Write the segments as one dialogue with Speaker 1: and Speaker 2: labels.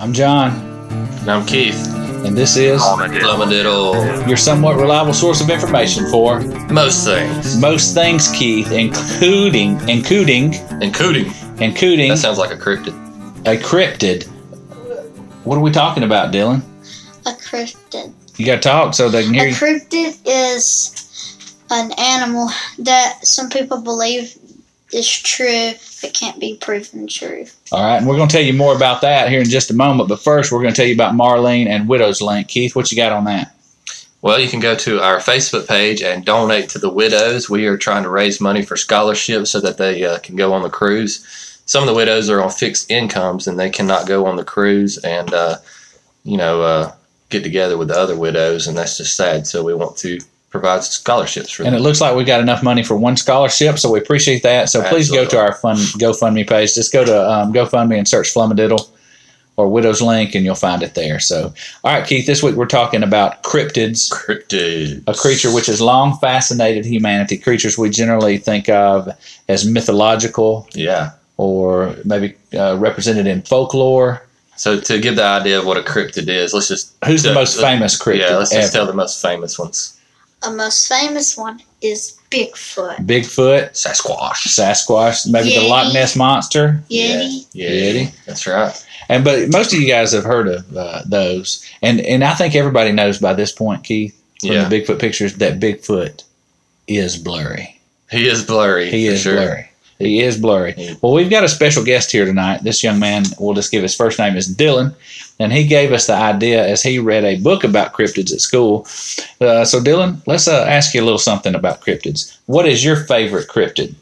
Speaker 1: I'm John,
Speaker 2: And I'm Keith.
Speaker 1: and this is
Speaker 2: Loving it all.
Speaker 1: your somewhat reliable source of information for
Speaker 2: Most things.
Speaker 1: most things, Keith, including including
Speaker 2: Including.
Speaker 1: including
Speaker 2: That sounds like a cryptid.
Speaker 1: a cryptid. What are we talking about, Dylan?
Speaker 3: A cryptid.
Speaker 1: You got to talk so they can hear
Speaker 3: A
Speaker 1: you.
Speaker 3: cryptid is an animal that some people believe is true but can't be proven true.
Speaker 1: All right, and we're going to tell you more about that here in just a moment. But first, we're going to tell you about Marlene and Widow's Link. Keith, what you got on that?
Speaker 2: Well, you can go to our Facebook page and donate to the widows. We are trying to raise money for scholarships so that they uh, can go on the cruise. Some of the widows are on fixed incomes and they cannot go on the cruise and, uh, you know, uh, get together with the other widows, and that's just sad. So we want to provide scholarships for
Speaker 1: And
Speaker 2: them.
Speaker 1: it looks like we got enough money for one scholarship, so we appreciate that. So please go to
Speaker 2: Absolutely.
Speaker 1: our fun GoFundMe page. Just go to um, GoFundMe and search Flummadiddle or Widow's Link, and you'll find it there. So, all right, Keith, this week we're talking about cryptids,
Speaker 2: Cryptids.
Speaker 1: a creature which has long fascinated humanity. Creatures we generally think of as mythological
Speaker 2: Yeah.
Speaker 1: or maybe uh, represented in folklore.
Speaker 2: So to give the idea of what a cryptid is, let's just
Speaker 1: Who's the most
Speaker 2: let's-
Speaker 1: famous cryptid
Speaker 2: Yeah, let's just
Speaker 1: ever?
Speaker 2: tell the most famous ones.
Speaker 3: A most famous one is Bigfoot.
Speaker 1: Bigfoot,
Speaker 2: Sasquatch.
Speaker 1: Sasquatch, maybe the
Speaker 3: Yeti.
Speaker 1: Loch Ness monster.
Speaker 3: Yeti.
Speaker 2: Yeah,
Speaker 1: Yeti.
Speaker 2: That's right.
Speaker 1: And but most of you guys have heard of uh, those, and and I think everybody knows by this point, Keith, from
Speaker 2: Yeah.
Speaker 1: the Bigfoot pictures, that Bigfoot is blurry.
Speaker 2: He is blurry.
Speaker 1: He
Speaker 2: for
Speaker 1: is
Speaker 2: sure.
Speaker 1: blurry. He is
Speaker 2: He-
Speaker 1: blurry. Well, we've got a special guest here tonight. This young man, we'll just give his first name is Dylan, and he gave us the idea as he read a book about cryptids at school. Uh, so, Dylan, let's uh, ask you a little something about cryptids. What is your favorite cryptid?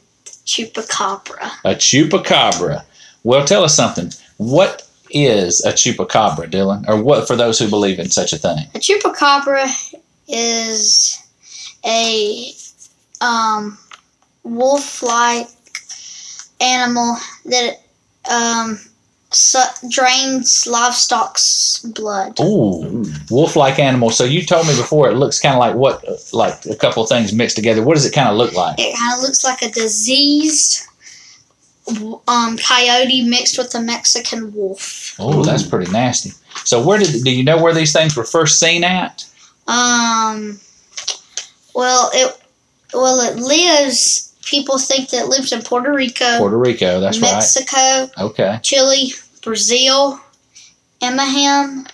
Speaker 3: Chupacabra.
Speaker 1: A chupacabra. Well, tell us something. What is a chupacabra, Dylan? Or what for those who believe in such a thing?
Speaker 3: A chupacabra is a um, wolf-like animal that um, su- drains livestock's blood.
Speaker 1: Ooh, wolf-like animal. So you told me before it looks kind of like what, like a couple of things mixed together. What does it kind of look like?
Speaker 3: It kind of looks like a diseased um, coyote mixed with a Mexican wolf.
Speaker 1: Oh, that's pretty nasty. So where did do you know where these things were first seen at?
Speaker 3: Um, well, it well it lives. People think that it lives in Puerto Rico,
Speaker 1: Puerto Rico. That's right.
Speaker 3: Mexico,
Speaker 1: Okay.
Speaker 3: Chile, Brazil, Anaheim,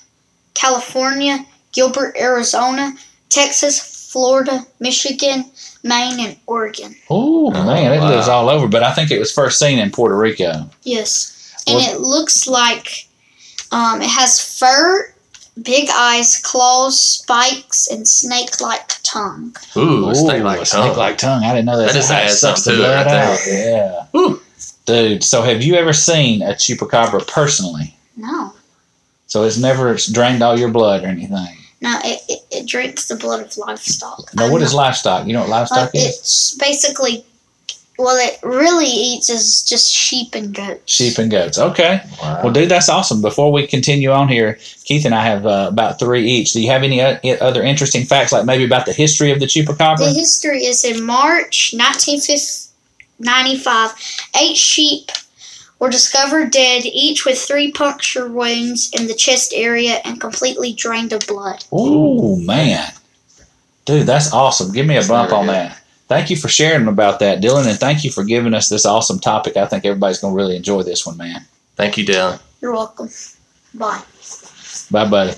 Speaker 3: California, Gilbert, Arizona, Texas, Florida, Michigan, Maine, and Oregon.
Speaker 1: Ooh,
Speaker 2: Oh,
Speaker 1: man, it
Speaker 2: wow.
Speaker 1: lives all over. But I think it was first seen in Puerto Rico.
Speaker 3: Yes. And
Speaker 1: Well-
Speaker 3: it looks like um, it has fur, big eyes, claws, spikes, and snake like tongue.
Speaker 2: Ooh, it's
Speaker 1: Ooh,
Speaker 2: thing like
Speaker 1: a snake-like tongue. I didn't know that.
Speaker 2: That just
Speaker 1: Wow,
Speaker 2: adds
Speaker 1: sucks
Speaker 2: something to it right
Speaker 1: Yeah.
Speaker 2: Ooh.
Speaker 1: Dude, so have you ever seen a chupacabra personally?
Speaker 3: No.
Speaker 1: So it's never drained all your blood or anything.
Speaker 3: No, it, it, it drinks the blood of livestock.
Speaker 1: Now,
Speaker 3: I'm
Speaker 1: what is
Speaker 3: not-
Speaker 1: livestock? You know what
Speaker 3: uh,
Speaker 1: livestock is?
Speaker 3: It's basically, well, it really eats is just sheep and goats.
Speaker 1: Sheep and goats. Okay.
Speaker 2: Wow.
Speaker 1: Well, dude, that's awesome. Before we continue on here, Keith and I have uh, about three each. Do you have any o- other interesting facts, like maybe about the history of the
Speaker 3: The
Speaker 1: chupacabra?
Speaker 3: history is in March 1995. Eight sheep were discovered dead, each with three puncture wounds in the chest area and completely drained of blood.
Speaker 1: Ooh, man. Dude, that's awesome. Give me a
Speaker 2: That's
Speaker 1: bump
Speaker 2: very
Speaker 1: on
Speaker 2: good.
Speaker 1: that. Thank you for sharing about that, Dylan, and thank you for giving us this awesome topic. I think everybody's going to really enjoy this one, man.
Speaker 2: Thank you, Dylan.
Speaker 3: You're welcome. Bye.
Speaker 1: Bye, buddy.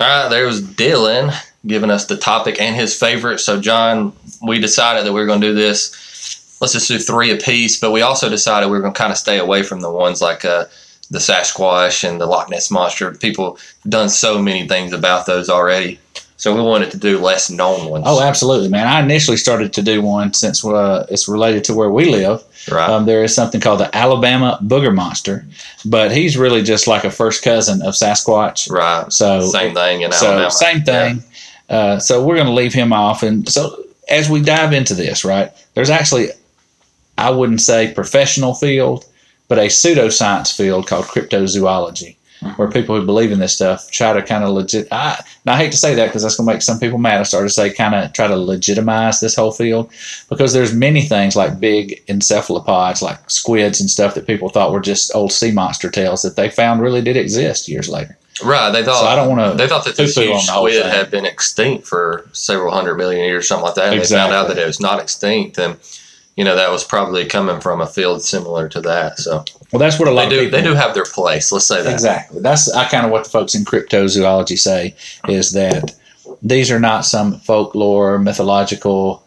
Speaker 2: All right, there was Dylan giving us the topic and his favorite. So, John, we decided that we were going to do this. Let's just do three apiece, but we also decided we were going to kind of stay away from the ones like uh, the Sasquatch and the Loch Ness Monster. People have done so many things about those already. So, we wanted to do less known ones.
Speaker 1: Oh, absolutely, man. I initially started to do one since uh, it's related to where we live.
Speaker 2: right.
Speaker 1: Um, there is something called the Alabama Booger Monster, but he's really just like a first cousin of Sasquatch.
Speaker 2: right.
Speaker 1: So,
Speaker 2: Same thing in
Speaker 1: so
Speaker 2: Alabama.
Speaker 1: same thing. Uh, so we're going to leave him off. And so as we dive into this, right, there's actually, I wouldn't say professional field, but a pseudoscience field called cryptozoology.
Speaker 2: Hmm.
Speaker 1: where people who believe in this stuff try to kind of legit. I, and I hate to say that because that's going to make some people mad. I started to say kind of try to legitimize this whole field because there's many things like big encephalopods, like squids and stuff that people thought were just old sea monster tales that they found really did exist years later.
Speaker 2: Right. They thought
Speaker 1: so I don't want
Speaker 2: Oh, they thought that this
Speaker 1: poo-poo
Speaker 2: huge
Speaker 1: on the whole
Speaker 2: squid
Speaker 1: thing.
Speaker 2: had been extinct for several hundred million years, something like that. And they found out
Speaker 1: Exactly.
Speaker 2: that it was not extinct, and you know that was probably coming from a field similar to that. So
Speaker 1: to. Well, that's what a lot
Speaker 2: they do
Speaker 1: of people
Speaker 2: they do have their place. Let's say that.
Speaker 1: Exactly. That's I kind of what the folks in cryptozoology say is that these are not some folklore, mythological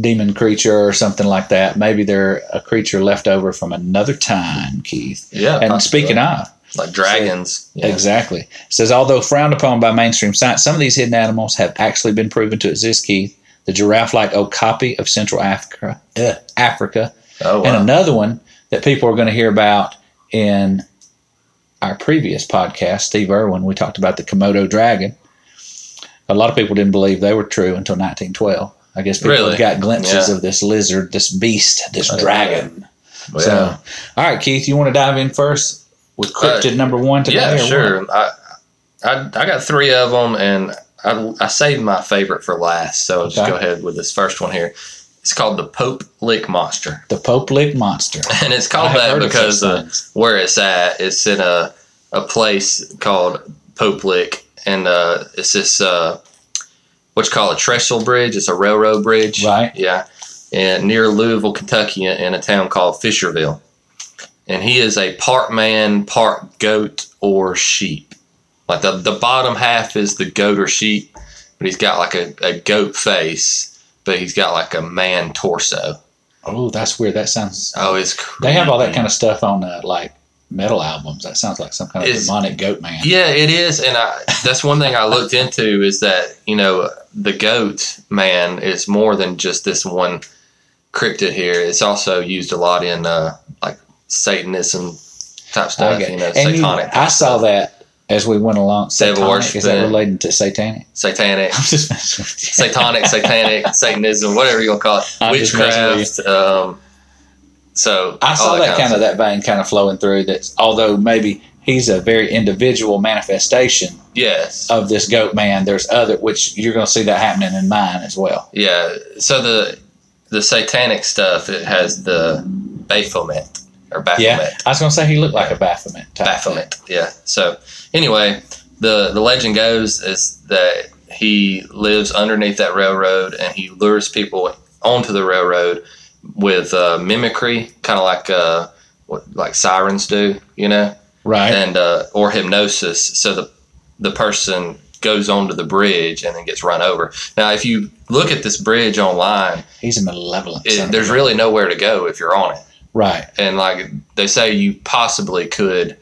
Speaker 1: demon creature or something like that. Maybe they're a creature left over from another time, Keith.
Speaker 2: Yeah.
Speaker 1: And
Speaker 2: possibly.
Speaker 1: speaking of,
Speaker 2: like dragons, yeah.
Speaker 1: exactly. It says although frowned upon by mainstream science, some of these hidden animals have actually been proven to exist, Keith. The giraffe-like okapi of Central Africa, uh, Africa
Speaker 2: Oh,
Speaker 1: and
Speaker 2: wow.
Speaker 1: another one that people are going to hear about in our previous podcast, Steve Irwin, we talked about the Komodo dragon. A lot of people didn't believe they were true until 1912. I guess people
Speaker 2: Really?
Speaker 1: got glimpses
Speaker 2: Yeah.
Speaker 1: of this lizard, this beast, this
Speaker 2: Oh, yeah.
Speaker 1: dragon.
Speaker 2: Well,
Speaker 1: So,
Speaker 2: yeah.
Speaker 1: all right, Keith, you want to dive in first with
Speaker 2: Uh,
Speaker 1: cryptid number one today?
Speaker 2: yeah,
Speaker 1: or what?
Speaker 2: sure. I, I I got three of them, and I, I saved my favorite for last. So I'll just
Speaker 1: Okay.
Speaker 2: go ahead with this first one here. It's called the Pope Lick Monster,
Speaker 1: The Pope Lick Monster.
Speaker 2: and it's
Speaker 1: I
Speaker 2: called
Speaker 1: have
Speaker 2: that
Speaker 1: heard of such
Speaker 2: because uh,
Speaker 1: things.
Speaker 2: where it's at, it's in a a place called Pope Lick, and uh, it's this uh, what you call a trestle bridge. It's a railroad bridge,
Speaker 1: Right.
Speaker 2: Yeah, and near Louisville, Kentucky, in a town called Fisherville. And he is a part man, part goat or sheep. Like the, the bottom half is the goat or sheep, but he's got like a, a goat face, but he's got like a man torso.
Speaker 1: oh, that's weird. That sounds.
Speaker 2: Oh, it's creepy.
Speaker 1: They have all that kind of stuff on uh, like metal albums. That sounds like some kind of
Speaker 2: It's-
Speaker 1: demonic goat man.
Speaker 2: Yeah, it is, and I, that's one thing I looked into is that you know the goat man is more than just this one cryptid here. It's also used a lot in uh, like Satanism type
Speaker 1: I
Speaker 2: stuff.
Speaker 1: get-
Speaker 2: You know,
Speaker 1: and you-
Speaker 2: satanic,
Speaker 1: I saw that as we went along.
Speaker 2: Devil
Speaker 1: Satanic,
Speaker 2: worship
Speaker 1: is that
Speaker 2: and-
Speaker 1: relating to satanic?
Speaker 2: satanic,
Speaker 1: I'm just messing with you.
Speaker 2: satanic, satanic, Satanism, whatever you will call it,
Speaker 1: I'm just messing with
Speaker 2: witchcraft. Um, so
Speaker 1: I
Speaker 2: all
Speaker 1: saw that kind of that
Speaker 2: stuff.
Speaker 1: vein kind of flowing through. That although maybe he's a very individual manifestation
Speaker 2: yes.
Speaker 1: of this goat man, there's other which you're going to see that happening in mine as well.
Speaker 2: Yeah. So the the satanic stuff it has the Baphomet or Baphomet.
Speaker 1: Yeah, I was going to say he looked like a Baphomet. Type
Speaker 2: Baphomet. Yeah. So anyway, the the legend goes is that he lives underneath that railroad and he lures people onto the railroad with uh, mimicry, kind of like uh, what, like sirens do, you know,
Speaker 1: right?
Speaker 2: and uh, or hypnosis. So the the person goes onto the bridge and then gets run over. Now, if you look at this bridge online,
Speaker 1: he's a malevolent. son of
Speaker 2: it,
Speaker 1: a-
Speaker 2: there's really nowhere to go if you're on it
Speaker 1: right.
Speaker 2: and like they say you possibly could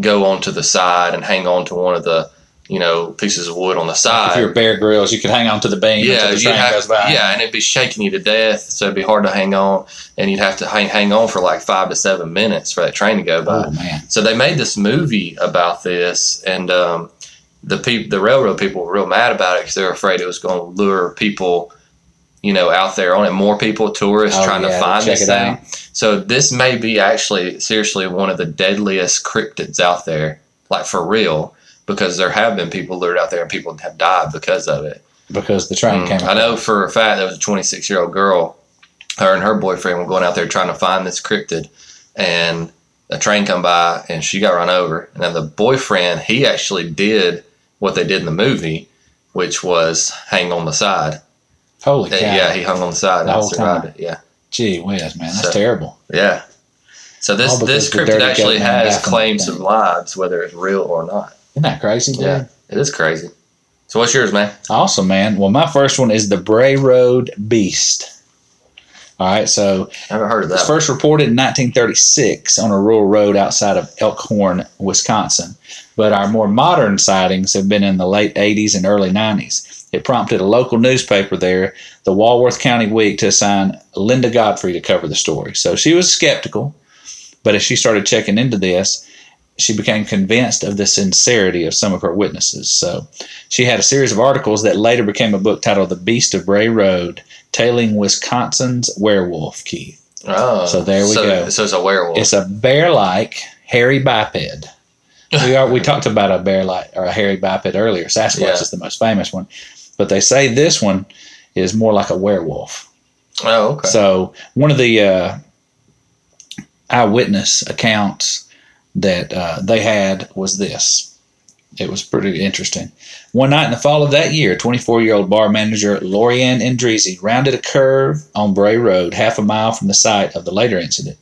Speaker 2: go onto the side and hang on to one of the you know pieces of wood on the
Speaker 1: If you're
Speaker 2: side
Speaker 1: Bear Grylls, you could hang on to the beam
Speaker 2: yeah
Speaker 1: until the
Speaker 2: you'd
Speaker 1: train goes
Speaker 2: have,
Speaker 1: by.
Speaker 2: yeah and it'd be shaking you to death so it'd be hard to hang on and you'd have to hang, hang on for like five to seven minutes for that train to go by
Speaker 1: Oh man.
Speaker 2: so they made this movie about this, and um, the peop the railroad people were real mad about it because they were afraid it was going to lure people, you know, out there on it, more people, tourists
Speaker 1: Oh,
Speaker 2: trying
Speaker 1: yeah,
Speaker 2: to
Speaker 1: to
Speaker 2: find
Speaker 1: check
Speaker 2: this
Speaker 1: it
Speaker 2: thing. So this may be actually seriously one of the deadliest cryptids out there, like for real, because there have been people lured out there and people have died because of it.
Speaker 1: Because the train
Speaker 2: Mm.
Speaker 1: came.
Speaker 2: I know for a fact there was a 26 year old girl. Her and her boyfriend were going out there trying to find this cryptid, and a train come by and she got run over. And then the boyfriend he actually did what they did in the movie, which was hang on the side.
Speaker 1: Holy cow!
Speaker 2: Yeah, he hung on the side
Speaker 1: The
Speaker 2: and
Speaker 1: whole
Speaker 2: survived
Speaker 1: time.
Speaker 2: it. Yeah,
Speaker 1: Gee whiz, man, that's
Speaker 2: So-
Speaker 1: terrible.
Speaker 2: yeah. So this
Speaker 1: All because
Speaker 2: this
Speaker 1: the
Speaker 2: cryptid
Speaker 1: dirty
Speaker 2: actually
Speaker 1: government
Speaker 2: has
Speaker 1: definitely
Speaker 2: claims of
Speaker 1: thing.
Speaker 2: lives, whether it's real or not.
Speaker 1: Isn't that crazy, dude?
Speaker 2: Yeah, it is crazy. So what's yours, man?
Speaker 1: Awesome, man. Well, my first one is the Bray Road Beast. All right, so
Speaker 2: I haven't heard of
Speaker 1: it was
Speaker 2: that.
Speaker 1: first reported in 1936 on a rural road outside of Elkhorn, Wisconsin. But our more modern sightings have been in the late 80s and early 90s. It prompted a local newspaper there, the Walworth County Week, to assign Linda Godfrey to cover the story. So she was skeptical, but as she started checking into this, she became convinced of the sincerity of some of her witnesses. So she had a series of articles that later became a book titled The Beast of Bray Road Tailing Wisconsin's Werewolf, Keith.
Speaker 2: Oh,
Speaker 1: So there we
Speaker 2: so,
Speaker 1: go.
Speaker 2: So it's a werewolf.
Speaker 1: It's a bear like hairy biped we are we talked about a bear light or a hairy biped earlier. Sasquatch
Speaker 2: Yeah.
Speaker 1: is the most famous one, but they say this one is more like a werewolf.
Speaker 2: Oh, okay.
Speaker 1: So one of the uh, eyewitness accounts that uh, they had was this. It was pretty interesting. One night in the fall of that year, 24-year-old bar manager Lorianne Andrezi rounded a curve on Bray Road, half a mile from the site of the later incident,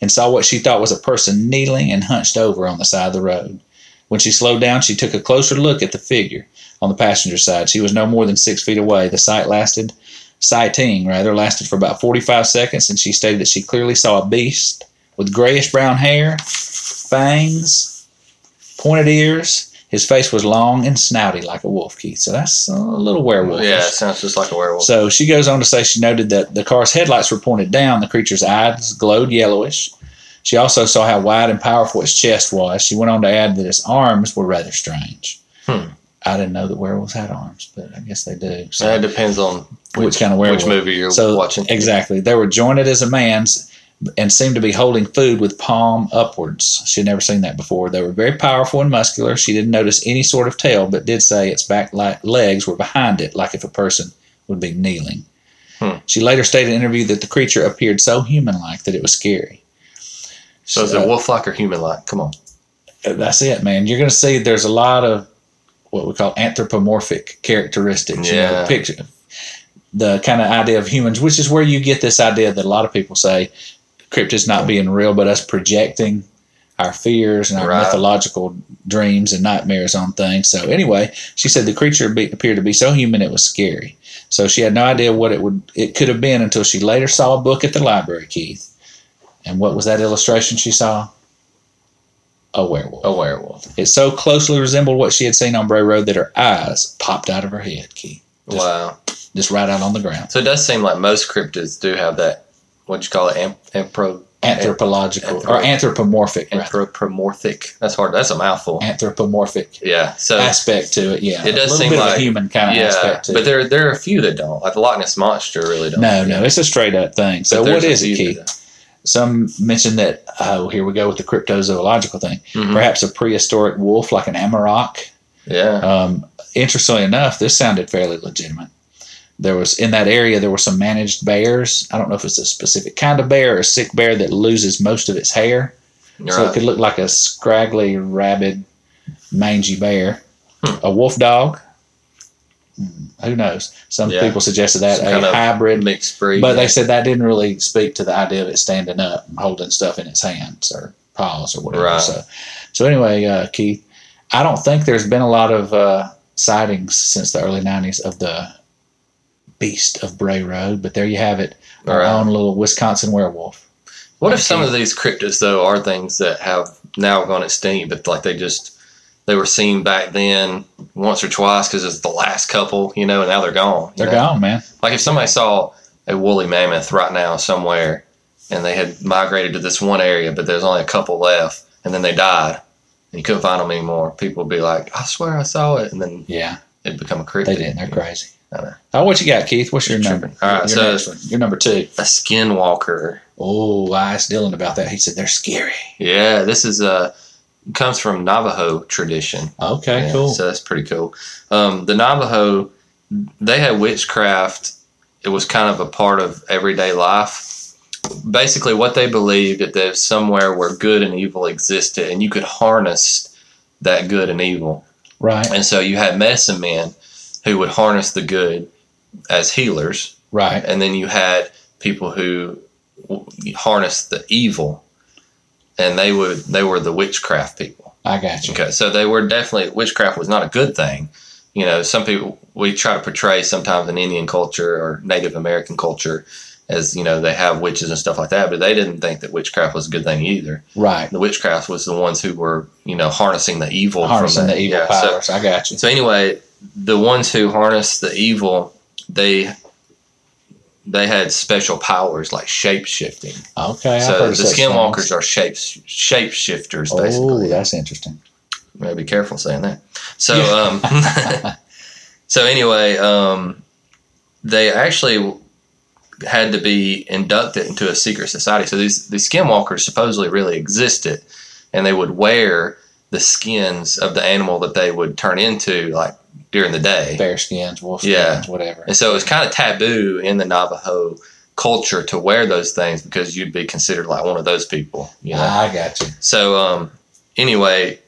Speaker 1: and saw what she thought was a person kneeling and hunched over on the side of the road. When she slowed down, she took a closer look at the figure on the passenger side. She was no more than six feet away. The sight lasted sighting rather lasted for about 45 seconds and she stated that she clearly saw a beast with grayish brown hair fangs pointed ears his face was long and snouty like a wolf keith so that's a little werewolf
Speaker 2: yeah, it sounds just like a werewolf.
Speaker 1: so she goes on to say she noted that the car's headlights were pointed down, the creature's eyes glowed yellowish. She also saw how wide and powerful its chest was. She went on to add that its arms were rather strange.
Speaker 2: Hmm.
Speaker 1: I didn't know that werewolves had arms, but I guess they do. So
Speaker 2: that depends on
Speaker 1: Which
Speaker 2: which,
Speaker 1: kind of werewolf.
Speaker 2: which movie you're
Speaker 1: So,
Speaker 2: watching.
Speaker 1: Exactly. They were jointed as a man's and seemed to be holding food with palm upwards. She had never seen that before. They were very powerful and muscular. She didn't notice any sort of tail, but did say its back li- legs were behind it, like if a person would be kneeling.
Speaker 2: Hmm.
Speaker 1: She later stated in an interview that the creature appeared so human like that it was scary.
Speaker 2: So
Speaker 1: uh,
Speaker 2: is it wolf like or human like? Come on.
Speaker 1: That's it, man. You're going to see there's a lot of what we call anthropomorphic characteristics. You know,
Speaker 2: Yeah.
Speaker 1: picture, the kind of idea of humans, which is where you get this idea that a lot of people say cryptids not being real, but us projecting our fears and our
Speaker 2: Right.
Speaker 1: mythological dreams and nightmares on things. So anyway, she said the creature be, appeared to be so human it was scary. So she had no idea what it would it could have been until she later saw a book at the library, Keith. And what was that illustration she saw? A werewolf.
Speaker 2: A werewolf.
Speaker 1: It so closely resembled what she had seen on Bray Road that her eyes popped out of her head, Keith. Just-
Speaker 2: Wow.
Speaker 1: Just right out on the ground.
Speaker 2: So it does seem like most cryptids do have that. What'd you call it? Amp- ampro-
Speaker 1: Anthropological or
Speaker 2: Anthrop-
Speaker 1: anthropomorphic, rather.
Speaker 2: anthropomorphic. That's hard. That's a mouthful.
Speaker 1: anthropomorphic
Speaker 2: Yeah. So
Speaker 1: aspect to it. Yeah,
Speaker 2: Uh, It does
Speaker 1: a little
Speaker 2: seem
Speaker 1: bit of
Speaker 2: like-
Speaker 1: a human kind of
Speaker 2: yeah,
Speaker 1: aspect to
Speaker 2: but
Speaker 1: it.
Speaker 2: there there are a few that don't. Like the Loch Ness monster really don't.
Speaker 1: No, no, it's a straight up thing. So
Speaker 2: But
Speaker 1: what
Speaker 2: there's a
Speaker 1: is it,
Speaker 2: few that
Speaker 1: Keith?
Speaker 2: don't.
Speaker 1: Some mentioned that. Oh, here we go with the cryptozoological thing.
Speaker 2: Mhm.
Speaker 1: Perhaps a prehistoric wolf like an Amarok.
Speaker 2: Yeah.
Speaker 1: Um, interestingly enough, this sounded fairly legitimate. There was in that area there were some managed bears. I don't know if it's a specific kind of bear or a sick bear that loses most of its hair.
Speaker 2: You're
Speaker 1: so
Speaker 2: right.
Speaker 1: it could look like a scraggly, rabid, mangy bear, a wolf dog. Hmm, Who knows? Some
Speaker 2: Yeah.
Speaker 1: people suggested that
Speaker 2: Some
Speaker 1: a
Speaker 2: kind of
Speaker 1: hybrid,
Speaker 2: mixed breed.
Speaker 1: but they said that didn't really speak to the idea of it standing up and holding stuff in its hands or paws or whatever.
Speaker 2: Right.
Speaker 1: So, so anyway, uh, Keith, I don't think there's been a lot of uh, sightings since the early '90s of the beast of Bray Road, but there you have it, our
Speaker 2: Right.
Speaker 1: own little Wisconsin werewolf.
Speaker 2: What if some of these cryptids though are things that have now gone extinct, but like they just they were seen back then once or twice because it's the last couple, you know, and now they're gone. you
Speaker 1: They're
Speaker 2: know?
Speaker 1: gone, man.
Speaker 2: Like if somebody saw a woolly mammoth right now somewhere, and they had migrated to this one area, but there's only a couple left, and then they died, and you couldn't find them anymore. People would be like, "I swear I saw it," and then
Speaker 1: Yeah.
Speaker 2: it'd become a cryptid.
Speaker 1: They didn't. They're
Speaker 2: you know?
Speaker 1: crazy.
Speaker 2: I know.
Speaker 1: Oh, what you got, Keith? What's your
Speaker 2: Just
Speaker 1: number?
Speaker 2: tripping. All right,
Speaker 1: your
Speaker 2: so-
Speaker 1: next one. Your number two.
Speaker 2: A skinwalker.
Speaker 1: Oh, I asked Dylan about that. He said they're scary.
Speaker 2: Yeah, this is uh comes from Navajo tradition.
Speaker 1: Okay,
Speaker 2: Yeah,
Speaker 1: cool.
Speaker 2: So that's pretty cool. Um, the Navajo, they had witchcraft. It was kind of a part of everyday life. Basically, what they believed that there's somewhere where good and evil existed, and you could harness that good and evil.
Speaker 1: right,
Speaker 2: And so you had medicine men who would harness the good as healers,
Speaker 1: right.
Speaker 2: and then you had people who w- harnessed the evil, and they would they were the witchcraft people.
Speaker 1: I got you.
Speaker 2: Okay, so they were definitely witchcraft was not a good thing. You know, some people we try to portray sometimes in Indian culture or Native American culture as you know they have witches and stuff like that, but they didn't think that witchcraft was a good thing either.
Speaker 1: Right.
Speaker 2: The witchcraft was the ones who were you know harnessing the evil, from
Speaker 1: Harnessing
Speaker 2: that.
Speaker 1: the evil
Speaker 2: Yeah, so-
Speaker 1: powers. I got you.
Speaker 2: so anyway, the ones who harness the evil, they they had special powers like shape shifting.
Speaker 1: Okay. I've
Speaker 2: So
Speaker 1: heard
Speaker 2: the
Speaker 1: of such
Speaker 2: skinwalkers
Speaker 1: things.
Speaker 2: are shape shape shifters
Speaker 1: Oh,
Speaker 2: basically.
Speaker 1: that's interesting.
Speaker 2: Gotta be careful saying that. So, um, so anyway, um, they actually had to be inducted into a secret society. So these these skinwalkers supposedly really existed, and they would wear the skins of the animal that they would turn into, like during the day.
Speaker 1: bear skins, wolf
Speaker 2: Yeah.
Speaker 1: skins, whatever.
Speaker 2: And so it was kind of taboo in the Navajo culture to wear those things because you'd be considered like one of those people. You know?
Speaker 1: I got you.
Speaker 2: So um, anyway,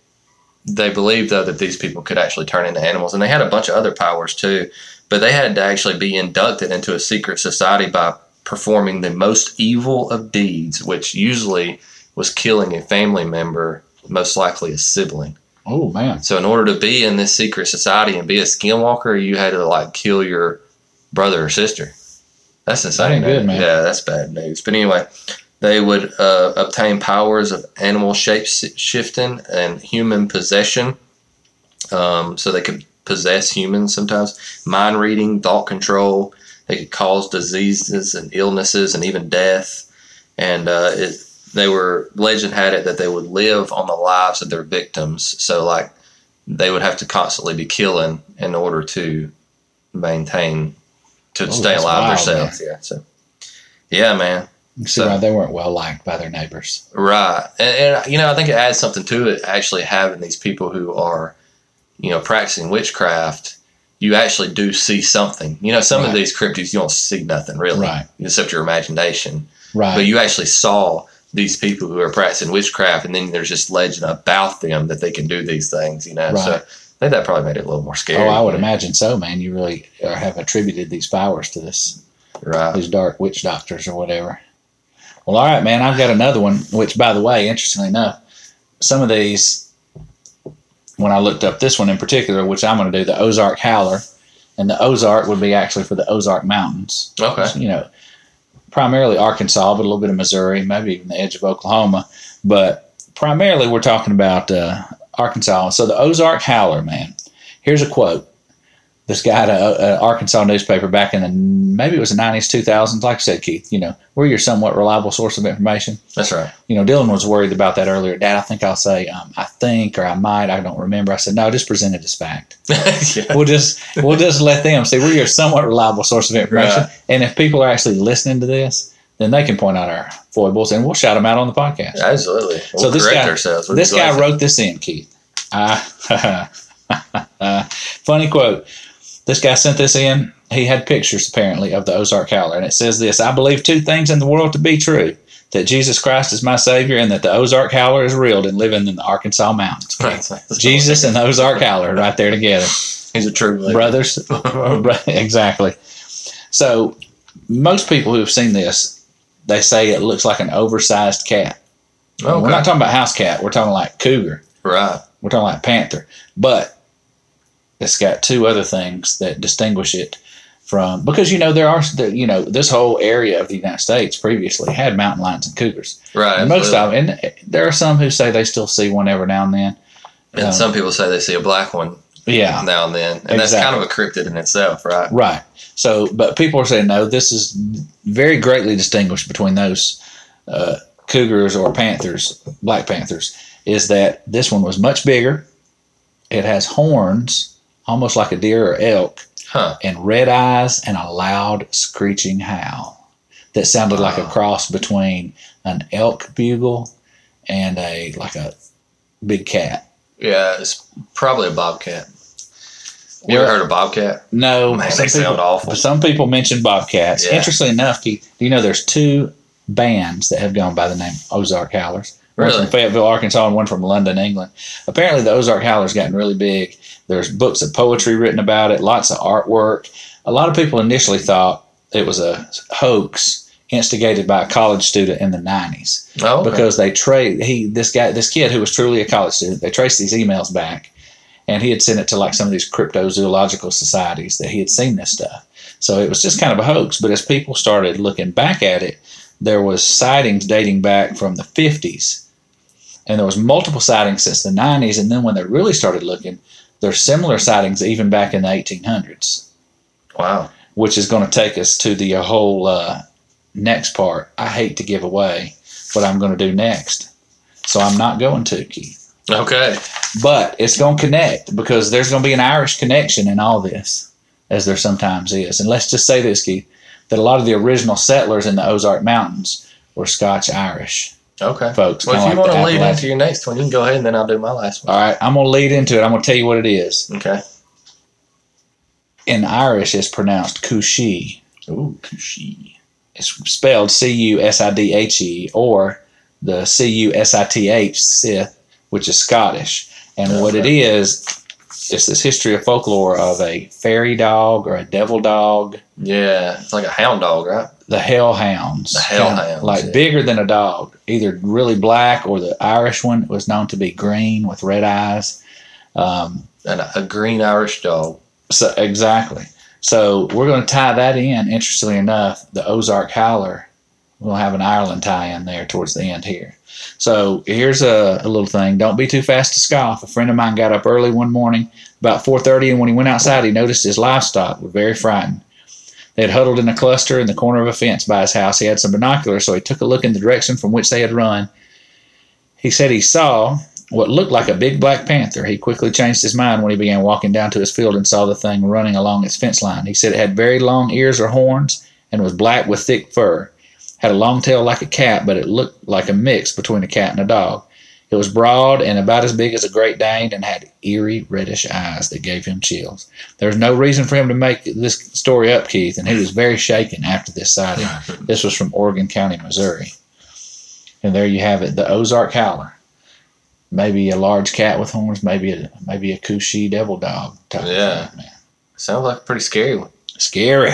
Speaker 2: they believed though that these people could actually turn into animals, and they had a bunch of other powers too. But they had to actually be inducted into a secret society by performing the most evil of deeds, which usually was killing a family member, most likely a sibling.
Speaker 1: Oh man,
Speaker 2: So in order to be in this secret society and be a skinwalker, you had to like kill your brother or sister. That's
Speaker 1: That
Speaker 2: insane.
Speaker 1: ain't good, man.
Speaker 2: Yeah, that's bad news. But anyway, they would uh, obtain powers of animal shape s- shifting and human possession. Um, so they could possess humans sometimes, mind reading, thought control. They could cause diseases and illnesses and even death. And uh, it, they were legend had it that they would live on the lives of their victims. So like they would have to constantly be killing in order to maintain to
Speaker 1: Oh,
Speaker 2: stay
Speaker 1: that's
Speaker 2: alive
Speaker 1: wild,
Speaker 2: themselves. Yeah. So yeah, man.
Speaker 1: You see
Speaker 2: So-
Speaker 1: why they weren't well liked by their neighbors.
Speaker 2: Right. And, and you know, I think it adds something to it actually having these people who are, you know, practicing witchcraft. You actually do see something. You know, some
Speaker 1: Right.
Speaker 2: of these cryptids, you don't see nothing really,
Speaker 1: Right.
Speaker 2: except your imagination.
Speaker 1: Right.
Speaker 2: But you actually saw these people who are practicing witchcraft, and then there's just legend about them that they can do these things, you know. So I
Speaker 1: Right.
Speaker 2: think that probably made it a little more scary.
Speaker 1: oh, I would imagine so, man. You really uh, have attributed these powers to this
Speaker 2: Right.
Speaker 1: these uh, dark witch doctors or whatever. Well, all right, man. I've got another one. Which, by the way, interestingly enough, some of these, when I looked up this one in particular, which I'm going to do, the Ozark Howler, and the Ozark would be actually for the Ozark Mountains.
Speaker 2: Okay.
Speaker 1: you know, primarily Arkansas, but a little bit of Missouri, maybe even the edge of Oklahoma. But primarily, we're talking about uh, Arkansas. So the Ozark Howler, man. Here's a quote. This guy had a, a Arkansas newspaper back in the maybe it was the 90s, 2000s. Like I said, Keith, you know, we're your somewhat reliable source of information
Speaker 2: That's right.
Speaker 1: you know, Dylan was worried about that earlier. Dad, I think I'll say, um, I think, or I might, I don't remember. I said, no, just present it as fact.
Speaker 2: yeah.
Speaker 1: We'll just, we'll just let them see. We're your somewhat reliable source of information.
Speaker 2: Right.
Speaker 1: And if people are actually listening to this, then they can point out our foibles and we'll shout them out on the podcast.
Speaker 2: Absolutely. We'll
Speaker 1: this
Speaker 2: correct
Speaker 1: guy-
Speaker 2: ourselves. We'll
Speaker 1: This
Speaker 2: be
Speaker 1: guy
Speaker 2: glad-
Speaker 1: wrote this in, Keith. Uh, funny quote. This guy sent this in. He had pictures, apparently, of the Ozark Howler. And it says this I believe two things in the world to be true that Jesus Christ is my Savior and that the Ozark Howler is real and living in the Arkansas mountains. Jesus and the Ozark Howler right there together.
Speaker 2: He's a true believer.
Speaker 1: Brothers, Right, exactly. So most people who have seen this, they say it looks like an oversized cat.
Speaker 2: Okay.
Speaker 1: We're not talking about house cat. We're talking like cougar.
Speaker 2: Right.
Speaker 1: We're talking like Panther, but it's got two other things that distinguish it from because you know there are there- you know this whole area of the United States previously had mountain lions and cougars.
Speaker 2: Right.
Speaker 1: And most
Speaker 2: absolutely.
Speaker 1: of them, and there are some who say they still see one every now and then.
Speaker 2: And
Speaker 1: um,
Speaker 2: some people say they see a black one
Speaker 1: Yeah,
Speaker 2: now and then. And that's kind
Speaker 1: Exactly.
Speaker 2: of a cryptid in itself, right?
Speaker 1: right. So, but people are saying no, this is very greatly distinguished between those uh, cougars or panthers, black panthers. Is that this one was much bigger? It has horns, almost like a deer or elk.
Speaker 2: Huh.
Speaker 1: and red eyes and a loud screeching howl that sounded like a
Speaker 2: Wow.
Speaker 1: cross between an elk bugle and a like a big cat.
Speaker 2: Yeah, it's probably a bobcat. You ever
Speaker 1: Well,
Speaker 2: heard of bobcat? Oh,
Speaker 1: No,
Speaker 2: Man,
Speaker 1: some
Speaker 2: they sound
Speaker 1: people,
Speaker 2: awful.
Speaker 1: some people mention bobcats.
Speaker 2: Yeah.
Speaker 1: Interestingly enough, Keith, do you know there's two bands that have gone by the name Ozark Howlers? One
Speaker 2: Really?
Speaker 1: from Fayetteville, Arkansas, and one from London, England. Apparently, the Ozark Howler's gotten really big. There's books of poetry written about it, lots of artwork. A lot of people initially thought it was a hoax instigated by a college student in the 90s
Speaker 2: Oh, okay.
Speaker 1: because they trade he this guy this kid who was truly a college student they traced these emails back and he had sent it to like some of these cryptozoological societies that he had seen this stuff so it was just kind of a hoax but as people started looking back at it there was sightings dating back from the 50s and there was multiple sightings since the 90s and then when they really started looking there's similar sightings even back in the 1800s
Speaker 2: wow.
Speaker 1: which is going to take us to the whole uh, next part. I hate to give away what I'm going to do next, so I'm not going to, Keith.
Speaker 2: Okay.
Speaker 1: But it's going to connect because there's going to be an Irish connection in all this, as there sometimes is. And let's just say this, Keith, that a lot of the original settlers in the Ozark Mountains were Scotch Irish.
Speaker 2: Okay.
Speaker 1: folks.
Speaker 2: Well,
Speaker 1: kinda
Speaker 2: if you
Speaker 1: like
Speaker 2: want
Speaker 1: the
Speaker 2: to lead
Speaker 1: Appalachian.
Speaker 2: into your next one, you can go ahead and then I'll do my last one.
Speaker 1: All right, I'm gonna lead into it. I'm gonna tell you what it is.
Speaker 2: Okay.
Speaker 1: In Irish, it's pronounced Cushie.
Speaker 2: Ooh, cushy.
Speaker 1: It's spelled C U S I D H E or the C U S I T H Sith, which is Scottish. And what it is, it's this history of folklore of a fairy dog or a devil dog,
Speaker 2: Yeah, it's like a hound dog, right?
Speaker 1: the hellhounds.
Speaker 2: The hellhounds,
Speaker 1: like
Speaker 2: yeah.
Speaker 1: bigger than a dog, either really black or the Irish one was known to be green with red eyes. Um,
Speaker 2: And a, a green Irish dog.
Speaker 1: So exactly. So we're going to tie that in. Interestingly enough, the Ozark Howler. We'll have an Ireland tie in there towards the end here. So here's a, a little thing. Don't be too fast to scoff. A friend of mine got up early one morning, about 4:30, and when he went outside, he noticed his livestock were very frightened. They had huddled in a cluster in the corner of a fence by his house. He had some binoculars, so he took a look in the direction from which they had run. He said he saw what looked like a big black panther. He quickly changed his mind when he began walking down to his field and saw the thing running along its fence line. He said it had very long ears or horns and was black with thick fur. Had a long tail like a cat, but it looked like a mix between a cat and a dog. It was broad and about as big as a Great Dane and had eerie reddish eyes that gave him chills. There was no reason for him to make this story up, Keith, and he was very shaken after this sighting. This was from Oregon County, Missouri. And there you have it, the Ozark Howler maybe a large cat with horns, maybe a maybe a Kushi devil dog. Type of
Speaker 2: Yeah.
Speaker 1: thing, man.
Speaker 2: Sounds like a pretty scary one.
Speaker 1: scary.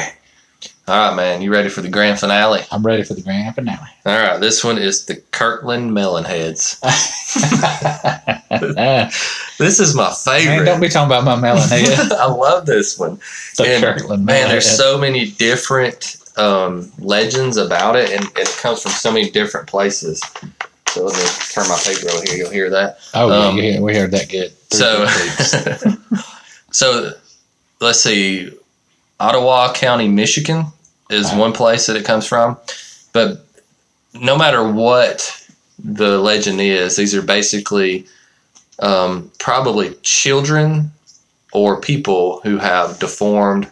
Speaker 2: All right, man. You ready for the grand finale?
Speaker 1: I'm ready for the grand finale.
Speaker 2: All right. This one is the Kirkland Melonheads.
Speaker 1: man,
Speaker 2: This is my favorite.
Speaker 1: don't be talking about my melon head.
Speaker 2: I love this one.
Speaker 1: The
Speaker 2: And,
Speaker 1: Kirkland
Speaker 2: man,
Speaker 1: melon
Speaker 2: there's
Speaker 1: head.
Speaker 2: so many different um, legends about it, and, and it comes from so many different places. So let me turn my paper over here. You'll hear that.
Speaker 1: Oh, yeah,
Speaker 2: um,
Speaker 1: you hear- we heard that good. Three
Speaker 2: So,
Speaker 1: good beats.
Speaker 2: so let's see. Ottawa County, Michigan, is
Speaker 1: Wow.
Speaker 2: one place that it comes from. But no matter what the legend is, these are basically um, probably children or people who have deformed,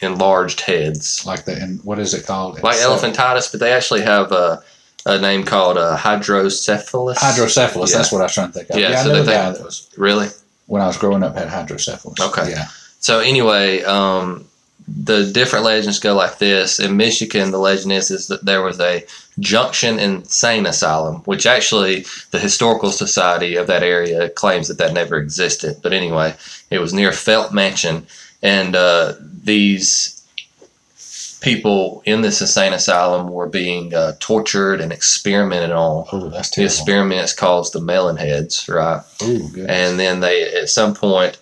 Speaker 2: enlarged heads.
Speaker 1: like the and what is it called?
Speaker 2: like
Speaker 1: It's, uh,
Speaker 2: elephantitis, but they actually have a, a name called uh, hydrocephalus.
Speaker 1: Hydrocephalus.
Speaker 2: Yeah.
Speaker 1: That's what I was trying to think of.
Speaker 2: Yeah,
Speaker 1: Yeah, I
Speaker 2: so
Speaker 1: knew
Speaker 2: they
Speaker 1: a guy
Speaker 2: think-
Speaker 1: that was
Speaker 2: really?
Speaker 1: when I was growing up had hydrocephalus.
Speaker 2: Okay.
Speaker 1: Yeah.
Speaker 2: So anyway, um, the different legends go like this. In Michigan, the legend is is that there was a junction insane asylum, which actually the historical society of that area claims that that never existed. But anyway, it was near Felt Mansion, and uh, these people in this insane asylum were being uh, tortured and experimented on.
Speaker 1: Oh, that's
Speaker 2: the
Speaker 1: terrible.
Speaker 2: experiments caused the melon heads, right?
Speaker 1: Ooh, good.
Speaker 2: And then they, at some point,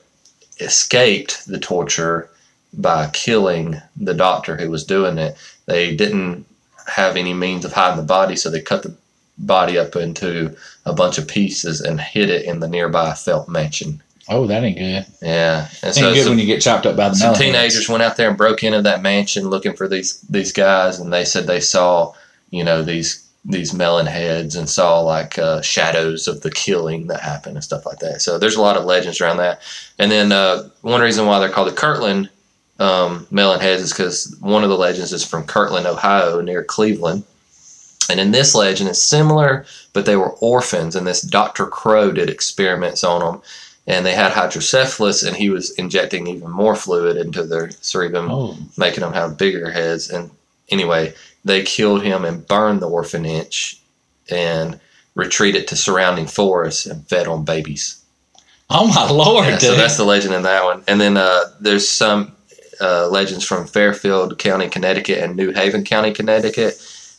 Speaker 2: escaped the torture by killing the doctor who was doing it. They didn't have any means of hiding the body, so they cut the body up into a bunch of pieces and hid it in the nearby Felt mansion.
Speaker 1: oh, that ain't good.
Speaker 2: Yeah, and
Speaker 1: Ain't good
Speaker 2: some-
Speaker 1: when you get chopped up by the
Speaker 2: some
Speaker 1: melon.
Speaker 2: teenagers went out there and broke into that mansion looking for these these guys, and they said they saw, you know, these these melon heads and saw like uh, shadows of the killing that happened and stuff like that. So there's a lot of legends around that. And then uh, one reason why they're called the Kirtland um, melon heads is because one of the legends is from Kirtland, Ohio, near Cleveland. And in this legend, it's similar, but they were orphans, and this Dr. Crow did experiments on them and they had hydrocephalus, and he was injecting even more fluid into their cerebrum,
Speaker 1: Oh,
Speaker 2: making them have bigger heads. And anyway, they killed him and burned the orphanage and retreated to surrounding forests and fed on babies.
Speaker 1: oh my lord!
Speaker 2: Yeah, so
Speaker 1: dude.
Speaker 2: that's the legend in that one. And then uh, there's some uh, legends from Fairfield County, Connecticut, and New Haven County, Connecticut.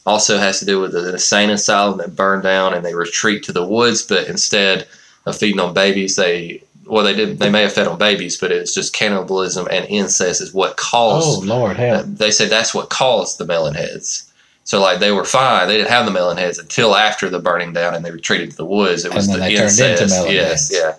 Speaker 2: Also has to do with an insane asylum that burned down, and they retreat to the woods. But instead of feeding on babies, they well they did they may have fed on babies, but it's just cannibalism and incest is what
Speaker 1: oh
Speaker 2: caused.
Speaker 1: lord, hell.
Speaker 2: Uh, They say that's what caused the melon heads. So like they were fine, they didn't have the melon heads until after the burning down, and they retreated to the woods. It
Speaker 1: And
Speaker 2: was
Speaker 1: then
Speaker 2: the
Speaker 1: they turned
Speaker 2: incest.
Speaker 1: into melon
Speaker 2: yes,
Speaker 1: heads.
Speaker 2: yeah.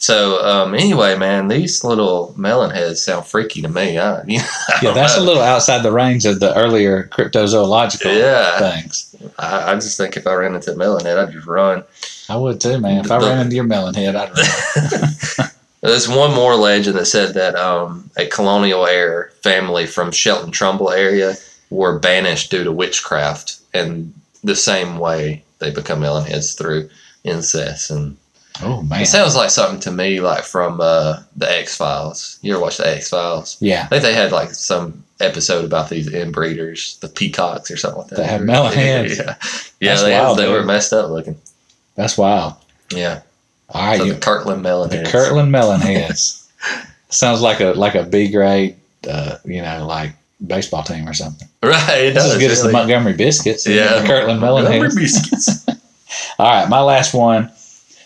Speaker 2: So um, anyway, man, these little melon heads sound freaky to me. I, yeah,
Speaker 1: Yeah, that's a little outside the range of the earlier cryptozoological
Speaker 2: yeah.
Speaker 1: things.
Speaker 2: I, I just think if I ran into a melon head, I'd just run.
Speaker 1: I would too, man. If I
Speaker 2: The-
Speaker 1: ran into your melon head, I'd run.
Speaker 2: There's one more legend that said that um, a colonial heir family from Shelton Trumbull area were banished due to witchcraft, and the same way they become melon heads through incest and
Speaker 1: Oh man.
Speaker 2: it sounds like something to me like from uh, the X Files. You ever watch the X Files?
Speaker 1: Yeah.
Speaker 2: I think they had like some episode about these inbreeders, the peacocks or something like that.
Speaker 1: That have melon heads.
Speaker 2: Yeah, yeah,
Speaker 1: That's
Speaker 2: they, had-
Speaker 1: wild,
Speaker 2: they were
Speaker 1: dude.
Speaker 2: messed up looking.
Speaker 1: That's wild.
Speaker 2: Yeah,
Speaker 1: All right.
Speaker 2: so
Speaker 1: you-
Speaker 2: the Kirtland melon
Speaker 1: the
Speaker 2: heads.
Speaker 1: Kirtland melon heads. Sounds like a like a B grade uh, you know, like baseball team or something.
Speaker 2: right? It
Speaker 1: That's
Speaker 2: does,
Speaker 1: as good as the
Speaker 2: really.
Speaker 1: Montgomery biscuits. and
Speaker 2: Yeah.
Speaker 1: The Kirtland melon
Speaker 2: Montgomery
Speaker 1: heads.
Speaker 2: biscuits.
Speaker 1: All right, my last one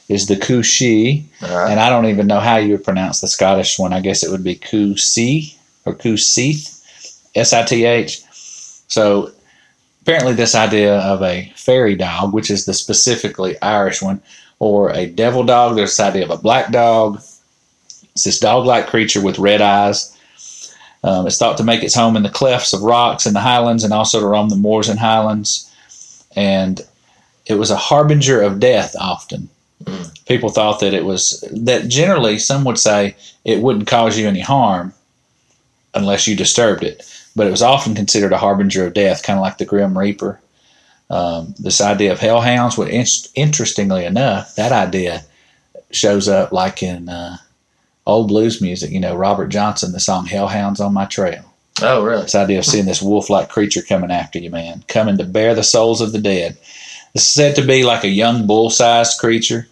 Speaker 1: is the Kushi.
Speaker 2: All right.
Speaker 1: And I don't even know how you would pronounce the Scottish one. I guess it would be Coosee or Cooseeth, S I T H. So apparently, this idea of a fairy dog, which is the specifically Irish one, or a devil dog, there's this idea of a black dog. It's this dog like creature with red eyes. Um, it's thought to make its home in the clefts of rocks in the highlands and also to roam the moors and highlands. And it was a harbinger of death often people thought that it was that generally some would say it wouldn't cause you any harm unless you disturbed it but it was often considered a harbinger of death kind of like the grim reaper um, this idea of hellhounds would in- interestingly enough that idea shows up like in uh, old blues music you know robert johnson the song hellhounds on my trail
Speaker 2: Oh, really?
Speaker 1: this idea of seeing this wolf like creature coming after you, man, coming to bear the souls of the dead. It's said to be like a young bull sized creature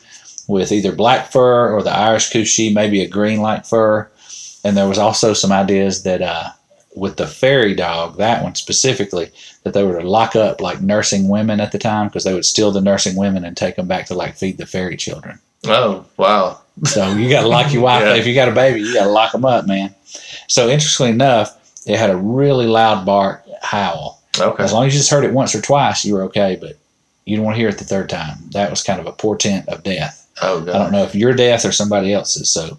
Speaker 1: with either black fur or the Irish Kushi, maybe a green like fur. And there was also some ideas that uh, with the fairy dog, that one specifically, that they were to lock up like nursing women at the time because they would steal the nursing women and take them back to like feed the fairy children.
Speaker 2: Oh, wow.
Speaker 1: So you got to lock your wife
Speaker 2: Yeah.
Speaker 1: up. If you got a baby, you got to lock them up, man. So interestingly enough, it had a really loud bark howl.
Speaker 2: Okay.
Speaker 1: As long as you just heard it once or twice, you were okay, but you don't want to hear it the third time. That was kind of a portent of death.
Speaker 2: Oh,
Speaker 1: I don't
Speaker 2: God.
Speaker 1: know if your death or somebody else's. So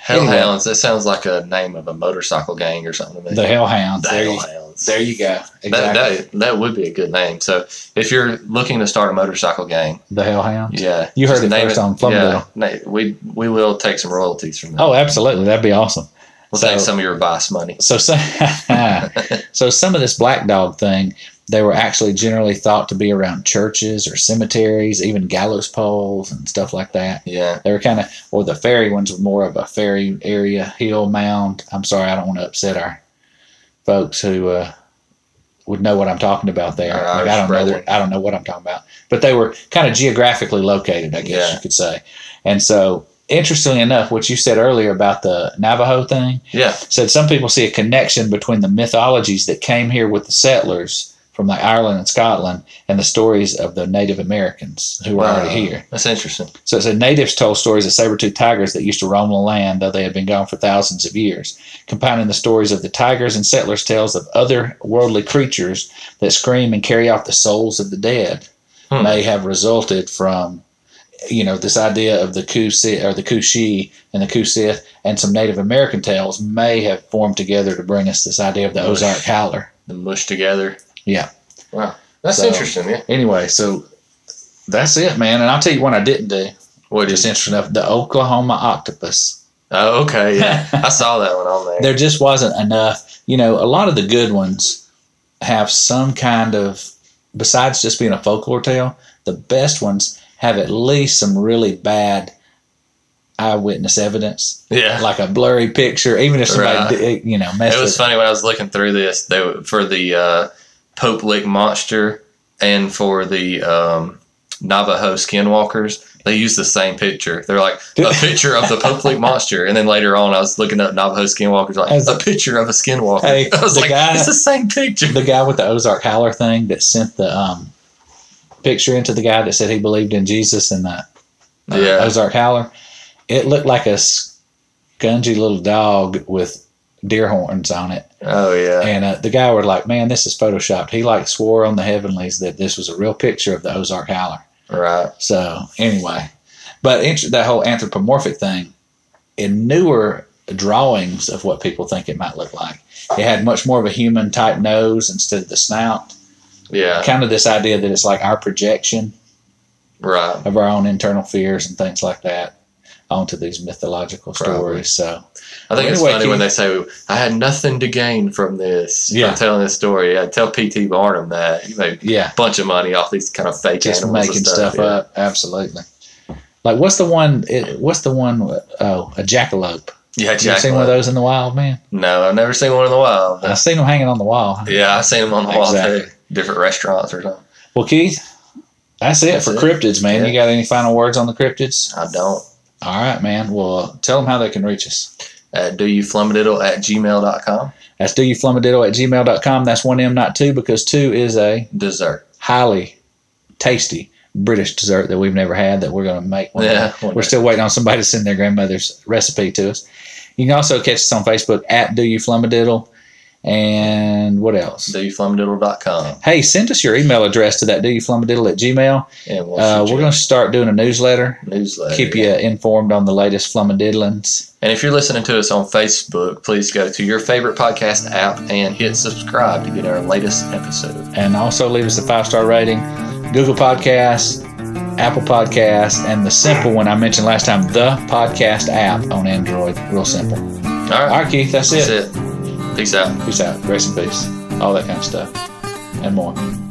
Speaker 2: Hellhounds. That sounds like a name of a motorcycle gang or something to me.
Speaker 1: the Hellhounds.
Speaker 2: The
Speaker 1: there, you,
Speaker 2: Hellhounds.
Speaker 1: there you go. Exactly.
Speaker 2: That, that, that would be a good name. So if you're looking to start a motorcycle gang,
Speaker 1: the Hellhounds.
Speaker 2: yeah,
Speaker 1: You heard
Speaker 2: just
Speaker 1: it
Speaker 2: name
Speaker 1: first on Plumville.
Speaker 2: na- we we will take some royalties from that.
Speaker 1: Oh, absolutely. That'd be awesome.
Speaker 2: we'll
Speaker 1: so-
Speaker 2: take some of your vice money.
Speaker 1: So, so, so some of this black dog thing, they were actually generally thought to be around churches or cemeteries, even gallows poles and stuff like that.
Speaker 2: Yeah,
Speaker 1: They were kind of, or the fairy ones were more of a fairy area, hill, mound. I'm sorry, I don't want to upset our folks who uh, would know what I'm talking about there.
Speaker 2: Our
Speaker 1: Like,
Speaker 2: Irish
Speaker 1: I don't know.
Speaker 2: brethren.
Speaker 1: What, I don't know what I'm talking about, but they were kind of geographically located, I guess
Speaker 2: Yeah.
Speaker 1: you could say. And so, interestingly enough, what you said earlier about the Navajo thing
Speaker 2: yeah,
Speaker 1: said some people see a connection between the mythologies that came here with the settlers from like Ireland and Scotland and the stories of the Native Americans who were
Speaker 2: Wow.
Speaker 1: already here.
Speaker 2: that's interesting.
Speaker 1: So it said natives told stories of saber-toothed tigers that used to roam the land, though they had been gone for thousands of years, compounding the stories of the tigers and settlers' tales of other worldly creatures that scream and carry off the souls of the dead
Speaker 2: Hmm.
Speaker 1: may have resulted from, you know, this idea of the Kusi or the Kushi and the Kusith and some Native American tales may have formed together to bring us this idea of the Ozark howler.
Speaker 2: The mush together.
Speaker 1: Yeah.
Speaker 2: Wow, that's
Speaker 1: So-
Speaker 2: interesting. Yeah.
Speaker 1: Anyway, so that's it, man. And I'll tell you one I didn't do.
Speaker 2: What
Speaker 1: Just
Speaker 2: is?
Speaker 1: interesting enough, the Oklahoma octopus.
Speaker 2: Oh, okay. Yeah, I saw that one on there.
Speaker 1: there just wasn't enough. You know, a lot of the good ones have some kind of, besides just being a folklore tale, the best ones have at least some really bad eyewitness evidence,
Speaker 2: yeah.
Speaker 1: like a blurry picture, even if somebody, did, you know, messed
Speaker 2: It was
Speaker 1: with
Speaker 2: funny when I was looking through this. They were- for the uh, Pope Lick Monster and for the um, Navajo Skinwalkers, they used the same picture. They're like a picture of the Pope Lick Monster, and then later on, I was looking up Navajo Skinwalkers, like
Speaker 1: As
Speaker 2: a
Speaker 1: a-
Speaker 2: picture of a Skinwalker.
Speaker 1: Hey,
Speaker 2: I was
Speaker 1: the
Speaker 2: like,
Speaker 1: guy-
Speaker 2: it's the same picture.
Speaker 1: the guy with the Ozark Howler thing that sent the um, picture into the guy that said he believed in Jesus and the uh,
Speaker 2: Yeah.
Speaker 1: Ozark Howler. It looked like a scungy little dog with deer horns on it.
Speaker 2: oh yeah,
Speaker 1: And uh, the guy were like, "Man, this is photoshopped." He like swore on the heavenlies that this was a real picture of the Ozark Howler.
Speaker 2: right.
Speaker 1: So anyway, but int- that whole anthropomorphic thing in newer drawings of what people think it might look like, it had much more of a human type nose instead of the snout.
Speaker 2: Yeah,
Speaker 1: Kind of this idea that it's like our projection
Speaker 2: right.
Speaker 1: of our own internal fears and things like that. onto these mythological
Speaker 2: Probably.
Speaker 1: stories. So
Speaker 2: I think it's
Speaker 1: Anyway,
Speaker 2: funny
Speaker 1: Keith-
Speaker 2: when they say, "I had nothing to gain from this
Speaker 1: Yeah.
Speaker 2: from telling this story." I tell PT Barnum that he made
Speaker 1: yeah,
Speaker 2: a bunch of money off these kind of fake
Speaker 1: just
Speaker 2: animals and
Speaker 1: making stuff,
Speaker 2: yeah.
Speaker 1: up. Absolutely. Like what's the one? It, what's the one? Oh, a jackalope.
Speaker 2: Yeah,
Speaker 1: You ever
Speaker 2: exactly.
Speaker 1: seen one of those in the wild, man?
Speaker 2: No, I've never seen one in the wild.
Speaker 1: I seen them hanging on the wall.
Speaker 2: yeah, I've seen them on the wall
Speaker 1: Exactly.
Speaker 2: too, different restaurants or something.
Speaker 1: Well, Keith, that's it
Speaker 2: That's
Speaker 1: for
Speaker 2: it.
Speaker 1: cryptids, man. You got any final words on the cryptids?
Speaker 2: I don't.
Speaker 1: All right, man. Well, tell them how they can reach us.
Speaker 2: Uh, do you flumadiddle at gmail.com?
Speaker 1: That's doyouflummadiddle at gmail.com. That's one M, not two, because two is a
Speaker 2: Dessert.
Speaker 1: highly tasty British dessert that we've never had that we're going to make one day.
Speaker 2: Yeah.
Speaker 1: We're still waiting on somebody to send their grandmother's recipe to us. You can also catch us on Facebook at Do You Flummadiddle and what else?
Speaker 2: do you flumadiddle.com?
Speaker 1: Hey, send us your email address to that Do You Flummadiddle at Gmail.
Speaker 2: And we'll
Speaker 1: Uh,
Speaker 2: shoot
Speaker 1: we're
Speaker 2: you
Speaker 1: going to start doing a newsletter.
Speaker 2: a newsletter.
Speaker 1: keep you informed on the latest flummadiddlings.
Speaker 2: And if you're listening to us on Facebook, please go to your favorite podcast app and hit subscribe to get our latest episode.
Speaker 1: And also leave us a five star rating. Google Podcasts, Apple Podcasts, and the simple one I mentioned last time, the podcast app on Android. Real simple.
Speaker 2: All
Speaker 1: All
Speaker 2: right.
Speaker 1: right, Keith, that's,
Speaker 2: That's
Speaker 1: it.
Speaker 2: it. Peace out.
Speaker 1: Peace out. Grace and peace. All that kind of stuff. And more.